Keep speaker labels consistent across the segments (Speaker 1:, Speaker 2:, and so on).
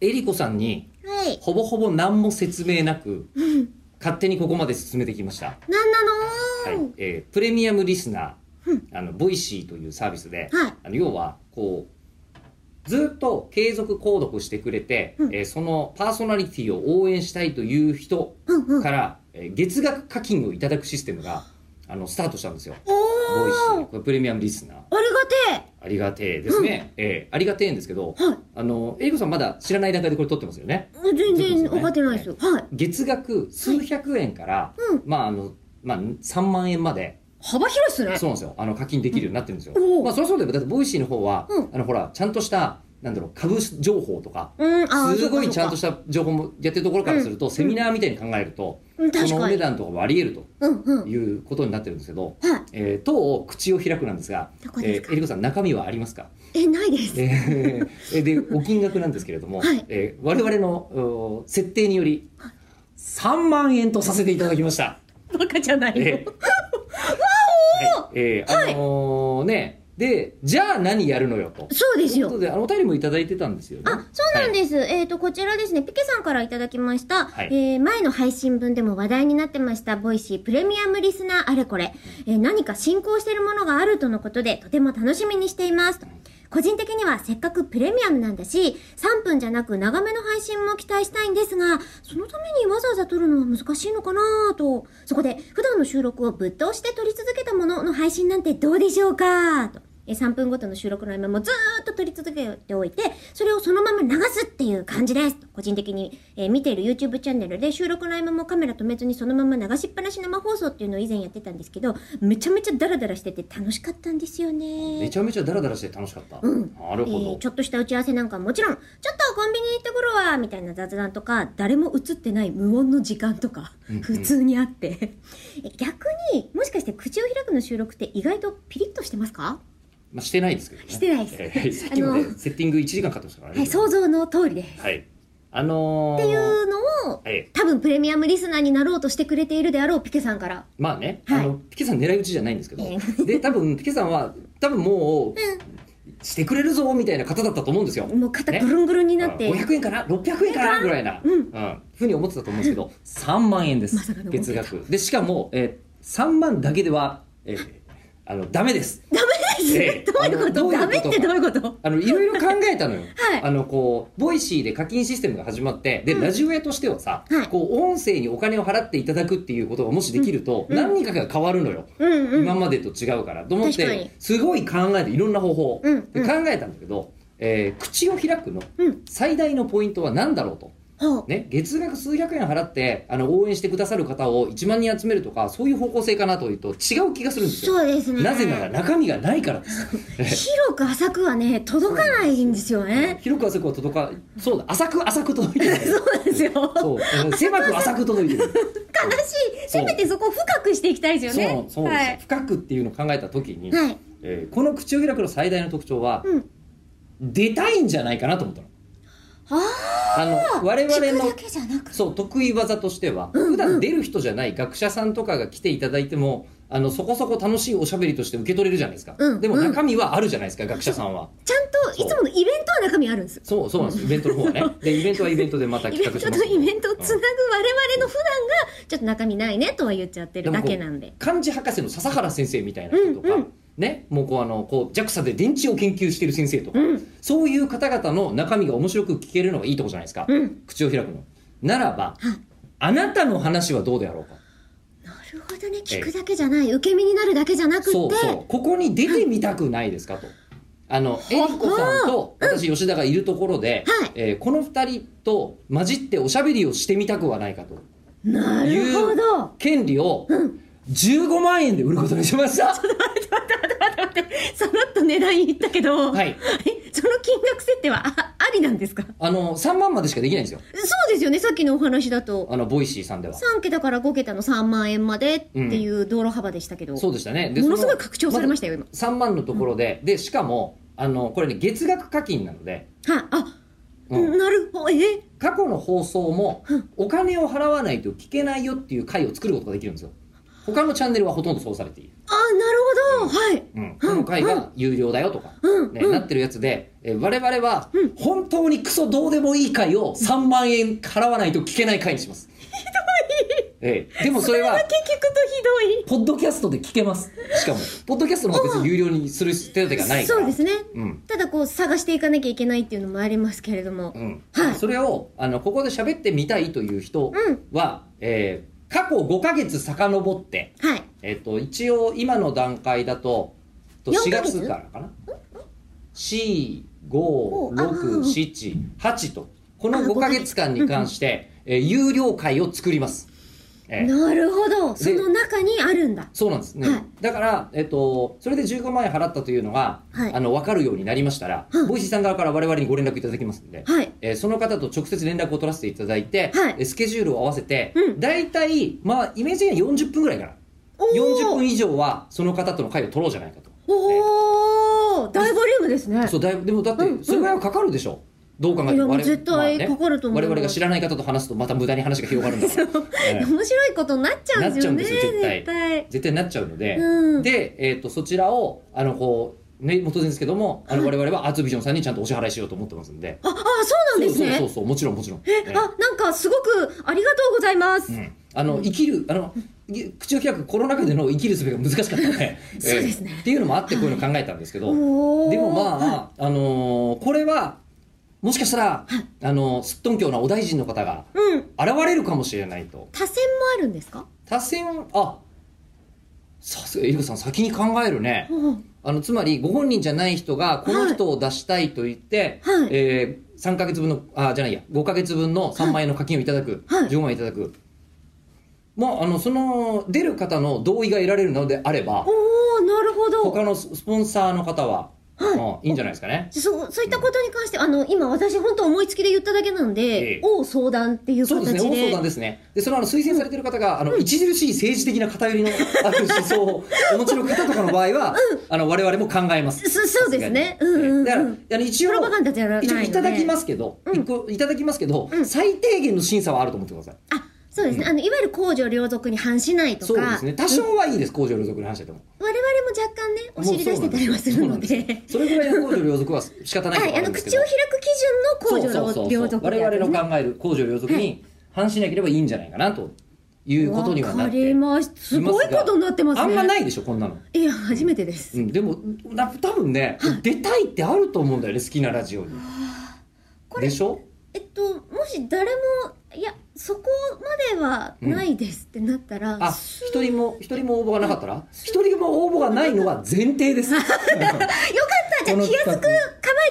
Speaker 1: えりこさんに
Speaker 2: はい。
Speaker 1: ほぼほぼ何も説明なく勝手にここまで進めてきました、
Speaker 2: なんな
Speaker 1: はい
Speaker 2: の
Speaker 1: えープレミアムリスナーあのボイシーというサービスで、
Speaker 2: はい
Speaker 1: あの要はこうずっと継続購読してくれて、
Speaker 2: うん
Speaker 1: えーそのパーソナリティを応援したいという人
Speaker 2: うんうん。
Speaker 1: から、えー月額課金をいただくシステムがあのスタートしたんですよボイシ
Speaker 2: お
Speaker 1: ー
Speaker 2: ー
Speaker 1: これプレミアムリスナー
Speaker 2: ありがて
Speaker 1: ありがてえですね、えーありがてえんですけど、
Speaker 2: えはい。
Speaker 1: あのエリコさんまだ知らない段階でこれ撮ってますよね
Speaker 2: 全然
Speaker 1: そういうことですね
Speaker 2: 分かってないですよ。はい。
Speaker 1: 月額数百円から、
Speaker 2: うん
Speaker 1: まああのまあ、3万円まで
Speaker 2: 幅広いっす
Speaker 1: そ
Speaker 2: ね。
Speaker 1: うなんですよあの課金できるようになってるんですよ、
Speaker 2: うんおー
Speaker 1: まあ、そりゃそうだよだってボイシーの方は、
Speaker 2: うん
Speaker 1: あのほらちゃんとしたなんだろう株情報とか
Speaker 2: うん、ー
Speaker 1: すごいちゃんと
Speaker 2: そ
Speaker 1: し
Speaker 2: う
Speaker 1: た情報もやってるところからすると、セミナーみたいに考えると、
Speaker 2: うん確かに
Speaker 1: そのお値段とかもあり得る
Speaker 2: かそうかうんう
Speaker 1: と
Speaker 2: ん。
Speaker 1: いうことになってるんですけど、
Speaker 2: はい。
Speaker 1: えー、当口を開くなんですが
Speaker 2: どこですか
Speaker 1: えーえりこさん中身はありますか
Speaker 2: え、ないです。
Speaker 1: えーでお金額なんですけれども、
Speaker 2: はい
Speaker 1: えー我々のお設定により3万円とさせていただきました。
Speaker 2: バカじゃない
Speaker 1: えーはいえーあのーねでじゃあ何やるのよと。
Speaker 2: そうです
Speaker 1: というこ
Speaker 2: よ。
Speaker 1: とであのお便りもいただいてたんですよね。
Speaker 2: あ、そうなんです。えっ、と、こちらですね、ピケさんからいただきました。
Speaker 1: はい
Speaker 2: えー前の配信分でも話題になってました、ボイシープレミアムリスナーあれこれ。えー何か進行しているものがあるとのことで、とても楽しみにしています。個人的にはせっかくプレミアムなんだし、3分じゃなく長めの配信も期待したいんですが、そのためにわざわざ撮るのは難しいのかなぁと。そこで、普段の収録をぶっ通して撮り続けたものの配信なんてどうでしょうかと。え3分ごとの収録の合間もずーっと撮り続けておいて、それをそのまま流すっていう感じです。個人的に、えー見ている YouTube チャンネルで収録の合間もカメラ止めずにそのまま流しっぱなし生放送っていうのを以前やってたんですけど、めちゃめちゃダラダラしてて楽しかったんですよね
Speaker 1: め。ちゃめちゃダラダラして楽しかった。
Speaker 2: うん
Speaker 1: なるほ
Speaker 2: え
Speaker 1: ど
Speaker 2: ー。ちょっとした打ち合わせなんかもちろん、ちょっとコンビニ行ってくるわ、みたいな雑談とか、誰も映ってない無音の時間とか
Speaker 1: うんう、ん
Speaker 2: 普通にあって。 え逆に、もしかして口を開くの収録って意外とピリッとしてますか
Speaker 1: まあ、してないですけどね。
Speaker 2: してないです
Speaker 1: えーさっきまで
Speaker 2: あの
Speaker 1: セッティング1時間かかってましたからね。
Speaker 2: はい、想像の通りです。っ
Speaker 1: はい。あのー
Speaker 2: ていうのを、
Speaker 1: はい
Speaker 2: 多分プレミアムリスナーになろうとしてくれているであろうピケさんから。
Speaker 1: まあね、
Speaker 2: はい
Speaker 1: あのピケさん狙い撃ちじゃないんですけど
Speaker 2: え、
Speaker 1: で多分ピケさんは多分もうしてくれるぞみたいな方だったと思うんですよ。
Speaker 2: もう肩ぐるんぐるんになって、
Speaker 1: ね500円かな600円かなぐらいな、
Speaker 2: うん
Speaker 1: ふうに思ってたと思うんですけど3万円です、
Speaker 2: まさかの思って
Speaker 1: 月
Speaker 2: た
Speaker 1: 額でしかも、えー、3万だけでは、えーあのダメです
Speaker 2: ダメです、
Speaker 1: ええ
Speaker 2: どういうこ
Speaker 1: あ
Speaker 2: と
Speaker 1: の
Speaker 2: ダメっ
Speaker 1: どういうこと
Speaker 2: てどういうこと
Speaker 1: あのいろいろ考えたのよ、
Speaker 2: はい
Speaker 1: あのこうボイシーで課金システムが始まってで、ラジオ屋としてはさ、
Speaker 2: はい
Speaker 1: こう音声にお金を払っていただくっていうことがもしできると、何かが変わるのよ、
Speaker 2: うんうん。
Speaker 1: 今までと違うからと思っ
Speaker 2: 確かに
Speaker 1: てすごい考えていろんな方法、
Speaker 2: うん
Speaker 1: で考えたんだけど、えー口を開くの
Speaker 2: うん。
Speaker 1: 最大のポイントは何だろうと。
Speaker 2: ほう。
Speaker 1: ね、月額数百円払ってあの応援してくださる方を1万人集めるとかそういう方向性かなというと違う気がするんですよ。
Speaker 2: そうですね。
Speaker 1: なぜなら中身がないからです。
Speaker 2: 広く浅くはね届かないんですよね。
Speaker 1: 広く浅くは届かそうだ浅く浅く届いてる。
Speaker 2: そうですよ。
Speaker 1: そううん狭く浅く届いて る。
Speaker 2: 悲しい。せめてそこを深くしていきたいですよね。
Speaker 1: そうそうですよ、
Speaker 2: はい。
Speaker 1: 深くっていうのを考えた時に、
Speaker 2: はい。
Speaker 1: えーこの口を開くの最大の特徴は、
Speaker 2: うん
Speaker 1: 出たいんじゃないかなと思ったの。
Speaker 2: あ
Speaker 1: あの我
Speaker 2: あ。聞
Speaker 1: 々
Speaker 2: く
Speaker 1: の
Speaker 2: だけじゃなく。
Speaker 1: そう得意技としては普段出る人じゃない学者さんとかが来ていただいてもあのそこそこ楽しいおしゃべりとして受け取れるじゃないですか、
Speaker 2: うん
Speaker 1: でも
Speaker 2: うん
Speaker 1: 中身はあるじゃないですか学者さんは
Speaker 2: ちゃんといつものイベントは中身あるんです。
Speaker 1: そうそうなんですイベントの方はねでイベントはイベントでまた
Speaker 2: イ
Speaker 1: 企
Speaker 2: ベン
Speaker 1: 画し
Speaker 2: ト
Speaker 1: ま
Speaker 2: と
Speaker 1: す
Speaker 2: イベントを
Speaker 1: う
Speaker 2: つなぐ我々の普段がちょっと中身ないねとは言っちゃってるだけなんで
Speaker 1: ん。漢字博士の笹原先生みたいな人とか、
Speaker 2: うんうん
Speaker 1: ねもうこうあのこう JAXA で電池を研究してる先生とか、
Speaker 2: うん
Speaker 1: そういう方々の中身が面白く聞けるのがいいとこじゃないですか、
Speaker 2: うん
Speaker 1: 口を開くのならば
Speaker 2: はい。
Speaker 1: あなたの話はどうであろうか
Speaker 2: なるほどね。聞くだけじゃない。受け身になるだけじゃなくって。
Speaker 1: そうそうここに出てみたくないですかと。あのえりこさんと私吉田がいるところで、
Speaker 2: はい
Speaker 1: えーこの2人と混じっておしゃべりをしてみたくはないかと
Speaker 2: なるほど。
Speaker 1: 権利を15万円で売ることにしま した、
Speaker 2: さらっと値段言ったけど、
Speaker 1: はい
Speaker 2: えその金額設定はあありなんですか
Speaker 1: あの3万までしかできないんですよ
Speaker 2: そうですよね。さっきのお話だと。
Speaker 1: あのボイシーさんでは
Speaker 2: 3桁から5桁の3万円までっていう道路幅でしたけど、
Speaker 1: そうでしたねで
Speaker 2: もの
Speaker 1: そ
Speaker 2: すごい拡張されましたよ今
Speaker 1: ず3万のところで、でしかもあのこれね月額課金なので
Speaker 2: はいあ、
Speaker 1: うん
Speaker 2: なるほどえ
Speaker 1: 過去の放送もお金を払わないと聞けないよっていう回を作ることができるんですよ他のチャンネルはほとんどそうされている、
Speaker 2: あなるほどはい
Speaker 1: うん、この回が有料だよとか、
Speaker 2: うん
Speaker 1: ね
Speaker 2: うん
Speaker 1: なってるやつで、えー我々は本当にクソどうでもいい回を3万円払わないと聞けない回にしますひどい、ええでもそれは
Speaker 2: だけ聞くとひどい
Speaker 1: ポッドキャストで聞けますしかもポッドキャストの方が別に有料にする手立てがないから
Speaker 2: そうですね、
Speaker 1: うん
Speaker 2: ただこう探していかなきゃいけないっていうのもありますけれども、
Speaker 1: うん
Speaker 2: はい
Speaker 1: それをあのここで喋ってみたいという人は、えー過去5ヶ月遡って、
Speaker 2: はい
Speaker 1: えっと一応今の段階だとと
Speaker 2: 4
Speaker 1: 4
Speaker 2: ヶ月
Speaker 1: 月からかな
Speaker 2: あ
Speaker 1: 4567とこの
Speaker 2: あ
Speaker 1: 5ヶ月間に関して、えー有料会を作ります、えー
Speaker 2: なるほどそ
Speaker 1: で
Speaker 2: の中にあるんだ
Speaker 1: そうなんですね、
Speaker 2: はい
Speaker 1: だから、えっと、それで15万円払ったというのが、
Speaker 2: はい
Speaker 1: あの分かるようになりましたら、
Speaker 2: うん
Speaker 1: ボイシーさん側から我々にご連絡いただきますので、
Speaker 2: はい
Speaker 1: えーその方と直接連絡を取らせていただいて、
Speaker 2: はい
Speaker 1: えースケジュールを合わせて、
Speaker 2: うん
Speaker 1: 大体、まあ、イメージ的には40分ぐらいかな
Speaker 2: おー
Speaker 1: 40分以上はその方との会を取ろうじゃないかと、
Speaker 2: おお大ボリュームですね
Speaker 1: そうだいぶでもだっ
Speaker 2: うん
Speaker 1: てそれぐらいはかかるでしょ、どう考えて
Speaker 2: いや
Speaker 1: も我々
Speaker 2: 絶対
Speaker 1: まあね
Speaker 2: かかると思います
Speaker 1: 我々が知らない方と話すとまた無駄に話が広がるんだ から、えー
Speaker 2: 面白いことになっちゃうんです
Speaker 1: なっちゃう
Speaker 2: よね
Speaker 1: んですよ絶対
Speaker 2: 絶対
Speaker 1: 絶対なっちゃうので、
Speaker 2: うん
Speaker 1: で、えー、とそちらをあのこう、ね、元然ですけどもあの我々はアーツビジョンさんにちゃんとお支払いしようと思ってますんで、
Speaker 2: ああそうなんですね
Speaker 1: そうそうそうもちろんもちろん、
Speaker 2: え、
Speaker 1: ね
Speaker 2: あなんかすごくありがとうございます、
Speaker 1: うんあの生きるあのい口を開くコロナ禍での生きる術が難しかったので
Speaker 2: そうですね
Speaker 1: えーっていうのもあってこういうの考えたんですけど、
Speaker 2: おお
Speaker 1: でもまあ、あのーこれはもしかしたら、あのーすっとんきょうなお大臣の方が
Speaker 2: うん
Speaker 1: 現れるかもしれないと
Speaker 2: 多選もあるんですか
Speaker 1: 多選あさすがエリコさん先に考えるね
Speaker 2: うん
Speaker 1: あのつまりご本人じゃない人がこの人を出したいと言って、
Speaker 2: はい
Speaker 1: えー、3か月分のあじゃないや5か月分の3万円の課金をいただく、
Speaker 2: はい
Speaker 1: 15万円いただく、まあ、あのその出る方の同意が得られるのであれば
Speaker 2: おおなるほど
Speaker 1: 他のススポンサーの方は、うんいいんじゃないですかね。
Speaker 2: そうそういったことに関して、あの今私本当思いつきで言っただけなん
Speaker 1: え
Speaker 2: で
Speaker 1: え、
Speaker 2: おう相談っていう
Speaker 1: そう
Speaker 2: 形
Speaker 1: です
Speaker 2: で
Speaker 1: ね、大相談ですね。で、そのあの推薦されてる方が、あの著しい政治的な偏りのある思想をお持ちの方とかの場合は、あの我々も考えます。
Speaker 2: そそうですね
Speaker 1: さすがに
Speaker 2: うんうんうん
Speaker 1: だから、あの一応
Speaker 2: プロパガンダじゃないので
Speaker 1: 一応いただきますけど、一個いただきますけど、
Speaker 2: うん
Speaker 1: 最低限の審査はあると思ってください。
Speaker 2: あそうですね、あのいわゆる公序良俗に反しないとか
Speaker 1: そうですね。多少はいいです、公序良俗の話だと思う。
Speaker 2: 我々も若干ねお尻出してたりはするので
Speaker 1: そうなんすそれぐらいの公序良俗は仕方ないとこ
Speaker 2: は
Speaker 1: ろ
Speaker 2: い
Speaker 1: あ
Speaker 2: あ
Speaker 1: る
Speaker 2: の
Speaker 1: んですけ
Speaker 2: 口
Speaker 1: ど
Speaker 2: を開く基準の公
Speaker 1: そうそうそう
Speaker 2: 序
Speaker 1: そう
Speaker 2: 良俗
Speaker 1: 我々
Speaker 2: ね
Speaker 1: の考える公序良俗に反しなければいいんじゃないかなということにはな
Speaker 2: わ
Speaker 1: っ
Speaker 2: か
Speaker 1: て
Speaker 2: りましたすごいことになってますね
Speaker 1: あんまないいでしょこんなの、
Speaker 2: いや初めてです、
Speaker 1: うん、でもな多分ね、出たいってあると思うんだよね好きなラジオに
Speaker 2: これ
Speaker 1: でしょ
Speaker 2: えっともし誰もいやそこまではないですってなったら、
Speaker 1: あ一人も一人も応募がなかったら一人も応募がないのは前提です
Speaker 2: よかったじゃあ
Speaker 1: この企
Speaker 2: 気安
Speaker 1: 画
Speaker 2: く構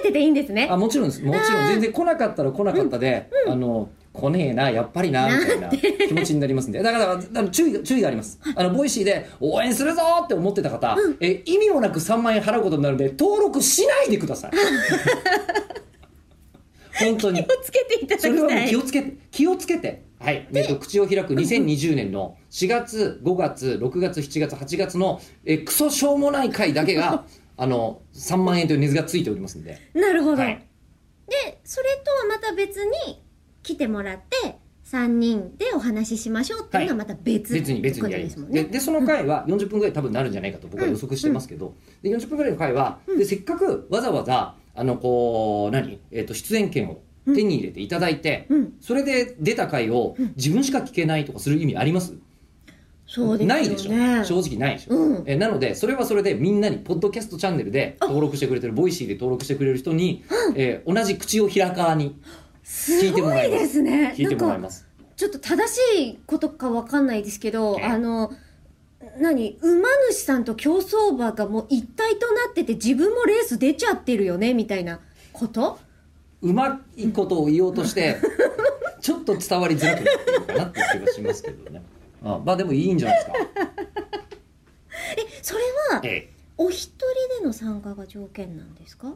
Speaker 2: えてていいんですね
Speaker 1: あもちろんですもちろん全然来なかったら来なかったで、あの来ねえなやっぱりなみたいな気持ちになりますんでだからあの注意が注意がありますあのボイシーで応援するぞーって思ってた方、え意味もなく3万円払うことになるんで登録しないでくださ い本当に
Speaker 2: 気をつけていただ
Speaker 1: それ
Speaker 2: き
Speaker 1: は
Speaker 2: た
Speaker 1: もう
Speaker 2: い
Speaker 1: 気をつけて気をつけてはい、えっと、口を開く2020年の4月5月6月7月8月のえクソしょうもない回だけ があの3万円という値がついておりますんで、
Speaker 2: なるほど、
Speaker 1: はい、
Speaker 2: でそれとはまた別に来てもらって3人でお話ししましょうっていうのはまた別、
Speaker 1: 別に別にやりま
Speaker 2: で
Speaker 1: すす
Speaker 2: もん
Speaker 1: で
Speaker 2: ね
Speaker 1: でその回は40分ぐらい多分なるんじゃないかと僕は予測してますけど、で40分ぐらいの回は、でせっかくわざわざあのこう何、えっと出演権を手に入れていただいて、
Speaker 2: うん
Speaker 1: それで出た回を自分しか聞けないとかする意味あります、
Speaker 2: そうですよね
Speaker 1: ないでしょ正直ないでしょ、
Speaker 2: うん
Speaker 1: えなのでそれはそれでみんなにポッドキャストチャンネルで登録してくれてるボイシーで登録してくれる人に、えー同じ口を開かに聞
Speaker 2: す
Speaker 1: いても
Speaker 2: ご
Speaker 1: ら
Speaker 2: い
Speaker 1: いま
Speaker 2: ですすね
Speaker 1: 聞いてもらい
Speaker 2: なんか
Speaker 1: ます
Speaker 2: ちょっと正しいことかわかんないですけど
Speaker 1: ええ
Speaker 2: あの何馬主さんと競走馬がもう一体となってて自分もレース出ちゃってるよねみたいなこと
Speaker 1: うまいことを言おうとして ちょっと伝わりづらくなってるのかなっていう気がしますけどねあまあでもいいんじゃないですか、
Speaker 2: えそれは
Speaker 1: え
Speaker 2: お一人での参加が条件なんですか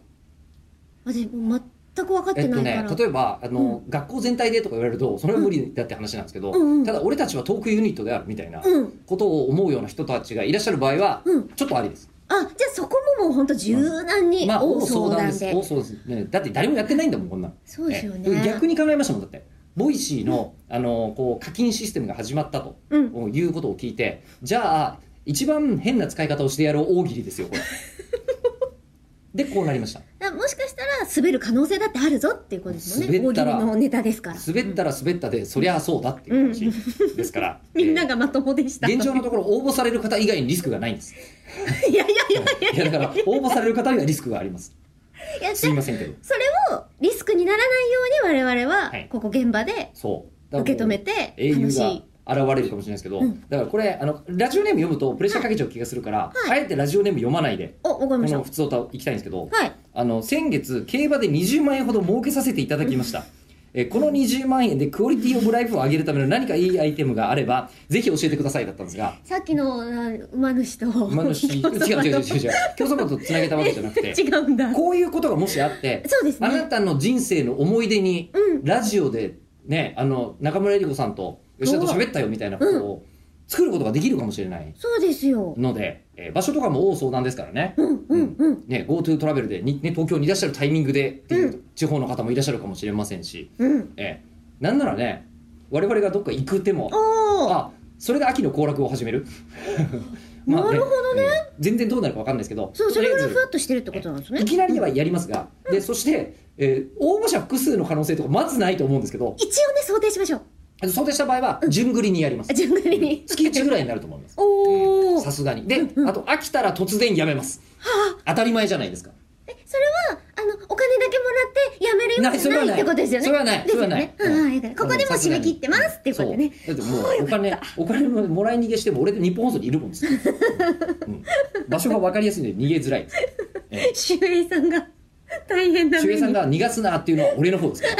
Speaker 2: 私もう全く分かっ
Speaker 1: え
Speaker 2: て
Speaker 1: っと
Speaker 2: ないから、
Speaker 1: ね例えばあの、学校全体でとか言われるとそれは無理だって話なんですけど、
Speaker 2: うんうん
Speaker 1: ただ俺たちはトークユニットであるみたいな
Speaker 2: うん
Speaker 1: ことを思うような人たちがいらっしゃる場合は、
Speaker 2: うん
Speaker 1: ちょっとありです
Speaker 2: あじゃあそこももう本当柔軟に
Speaker 1: まあ、
Speaker 2: 大
Speaker 1: 大相談
Speaker 2: 相
Speaker 1: で
Speaker 2: 談
Speaker 1: す。
Speaker 2: で,、
Speaker 1: 大相談ですね。だって誰もやってないんだもん、こんなん。
Speaker 2: そうですよね
Speaker 1: え逆に考えましたもん、だって。ボイシーの,、あのこう課金システムが始まったと、
Speaker 2: う
Speaker 1: いうことを聞いてじゃあ一番変な使い方をしてやろう大喜利ですよこれ でこうなりました
Speaker 2: だからもしかしたら滑る可能性だってあるぞっていうことですもんね
Speaker 1: 滑
Speaker 2: 大
Speaker 1: っ
Speaker 2: 喜
Speaker 1: た
Speaker 2: 利
Speaker 1: ら
Speaker 2: のネタですから
Speaker 1: 滑ったら滑ったで、そりゃそうだっていう話ですから、
Speaker 2: みんな
Speaker 1: え
Speaker 2: がまともでした
Speaker 1: ー現状のところ応募される方以外にリスクがない んです
Speaker 2: いやいやいやいや
Speaker 1: いやだから応募される方にはリスクがあり ます
Speaker 2: いや
Speaker 1: すいませんけど
Speaker 2: それをリスクにならないように我々は
Speaker 1: はい
Speaker 2: ここ現場で
Speaker 1: そうだから
Speaker 2: 受
Speaker 1: も
Speaker 2: け
Speaker 1: う
Speaker 2: 止めて
Speaker 1: 英
Speaker 2: 楽
Speaker 1: 雄
Speaker 2: しい
Speaker 1: が現れるかもしれないですけど、
Speaker 2: うん
Speaker 1: だからこれあのラジオネーム読むとプレッシャーかけちゃう気がするから、
Speaker 2: はい
Speaker 1: あえてラジオネーム読まないで
Speaker 2: おわか
Speaker 1: こ
Speaker 2: りました
Speaker 1: の普通歌行きたいんですけど、
Speaker 2: はい
Speaker 1: あの先月競馬で20万円ほど儲けさせていただきました、えーこの20万円でクオリティオブライフを上げるための何かいいアイテムがあればぜひ教えてくださいだったんですが
Speaker 2: さっきのあ馬主と
Speaker 1: 馬 主違う違う違う違う違う競走馬とつなげたわけじゃなくて
Speaker 2: 違うんだ
Speaker 1: こういうことがもしあって
Speaker 2: そうです
Speaker 1: あな
Speaker 2: ね
Speaker 1: たの人生の思い出に、
Speaker 2: うん
Speaker 1: ラジオでねあの中村江里子さんと吉田と喋ったよみたいなことを作ることができるかもしれない
Speaker 2: そうですよ
Speaker 1: ので、えー場所とかも大相談ですからね、
Speaker 2: うんうんうん
Speaker 1: ね、GoTo トラベルでに、ね、東京にいらっしゃるタイミングでっていう地方の方もいらっしゃるかもしれませんし、
Speaker 2: うん
Speaker 1: ええなんならね我々がどっか行く手も
Speaker 2: おー
Speaker 1: あそれで秋の行楽を始める
Speaker 2: なるほど
Speaker 1: ね、ええ全然どうなるか分かんないですけど
Speaker 2: そうそれぐらい
Speaker 1: とり
Speaker 2: ふ
Speaker 1: あ
Speaker 2: わっとしてるってことなんで
Speaker 1: えず
Speaker 2: すね
Speaker 1: いきなりはやりますが、でそして、えー応募者複数の可能性とかまずないと思うんですけど
Speaker 2: 一応ね想定しましょう
Speaker 1: 想定した場合は順繰りにやります
Speaker 2: あ順繰りに
Speaker 1: 月1ぐらいになると思います
Speaker 2: おお
Speaker 1: さすがにで、あと飽きたら突然やめます当たり前じゃないですか
Speaker 2: それはあのお金だけもらってやめるよう
Speaker 1: ないそれは
Speaker 2: じゃ
Speaker 1: ない
Speaker 2: ないってことですよね
Speaker 1: それはない
Speaker 2: ですよ
Speaker 1: それは
Speaker 2: ね
Speaker 1: ない
Speaker 2: うんうんだからここでも
Speaker 1: さす
Speaker 2: 締
Speaker 1: が
Speaker 2: め
Speaker 1: に
Speaker 2: 切ってますっていうことでね
Speaker 1: そうだってもうお金お金のもらい逃げしても俺で日本放送にいるもんです、 うん、場所が分かりやすいので逃げづらいです
Speaker 2: 秀平さんが大変だ
Speaker 1: 秀平さんが逃がすなっていうのは俺の方ですから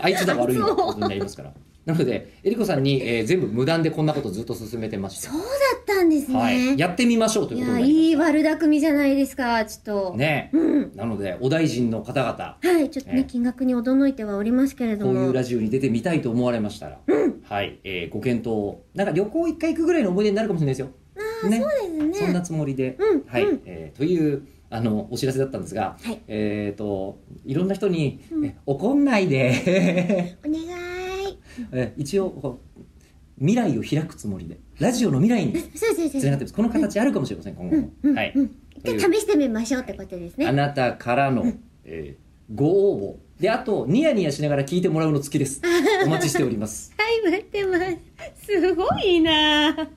Speaker 1: あいつが悪いのことになりますからなのでえりこさんに、えー全部無断でこんなことずっと進めてまして
Speaker 2: そうだったんですね、、
Speaker 1: はいい、やってみましょうということ
Speaker 2: や
Speaker 1: になり
Speaker 2: いい悪巧みじゃないですかちょっと、
Speaker 1: ますね
Speaker 2: うん
Speaker 1: なのでお大臣の方々
Speaker 2: はいちょっとね、
Speaker 1: ね
Speaker 2: 金額に驚いてはおりますけれど
Speaker 1: こうい
Speaker 2: も
Speaker 1: うラジオに出てみたいと思われましたら、はい、えーご検討をなんか旅行一回行くぐらいの思い出になるかもしれないですよあね
Speaker 2: そうです
Speaker 1: そん
Speaker 2: ね
Speaker 1: なつもりで、
Speaker 2: うん
Speaker 1: はい、
Speaker 2: うん
Speaker 1: えーというあのお知らせだったんですが、
Speaker 2: はい
Speaker 1: えっ、といろんな人に、え怒んないで
Speaker 2: お願い
Speaker 1: え一応こう未来を開くつもりでラジオの未来に
Speaker 2: そうそうそう
Speaker 1: つながってますこの形あるかもしれません今後も、
Speaker 2: うん
Speaker 1: はい、
Speaker 2: うん
Speaker 1: とい
Speaker 2: 一
Speaker 1: う
Speaker 2: 回試してみましょうってことです
Speaker 1: あ
Speaker 2: ね
Speaker 1: なたからの、えーご応募であとニヤニヤしながら聞いてもらうの好きですお待ちしております
Speaker 2: はい待ってますすごいなあ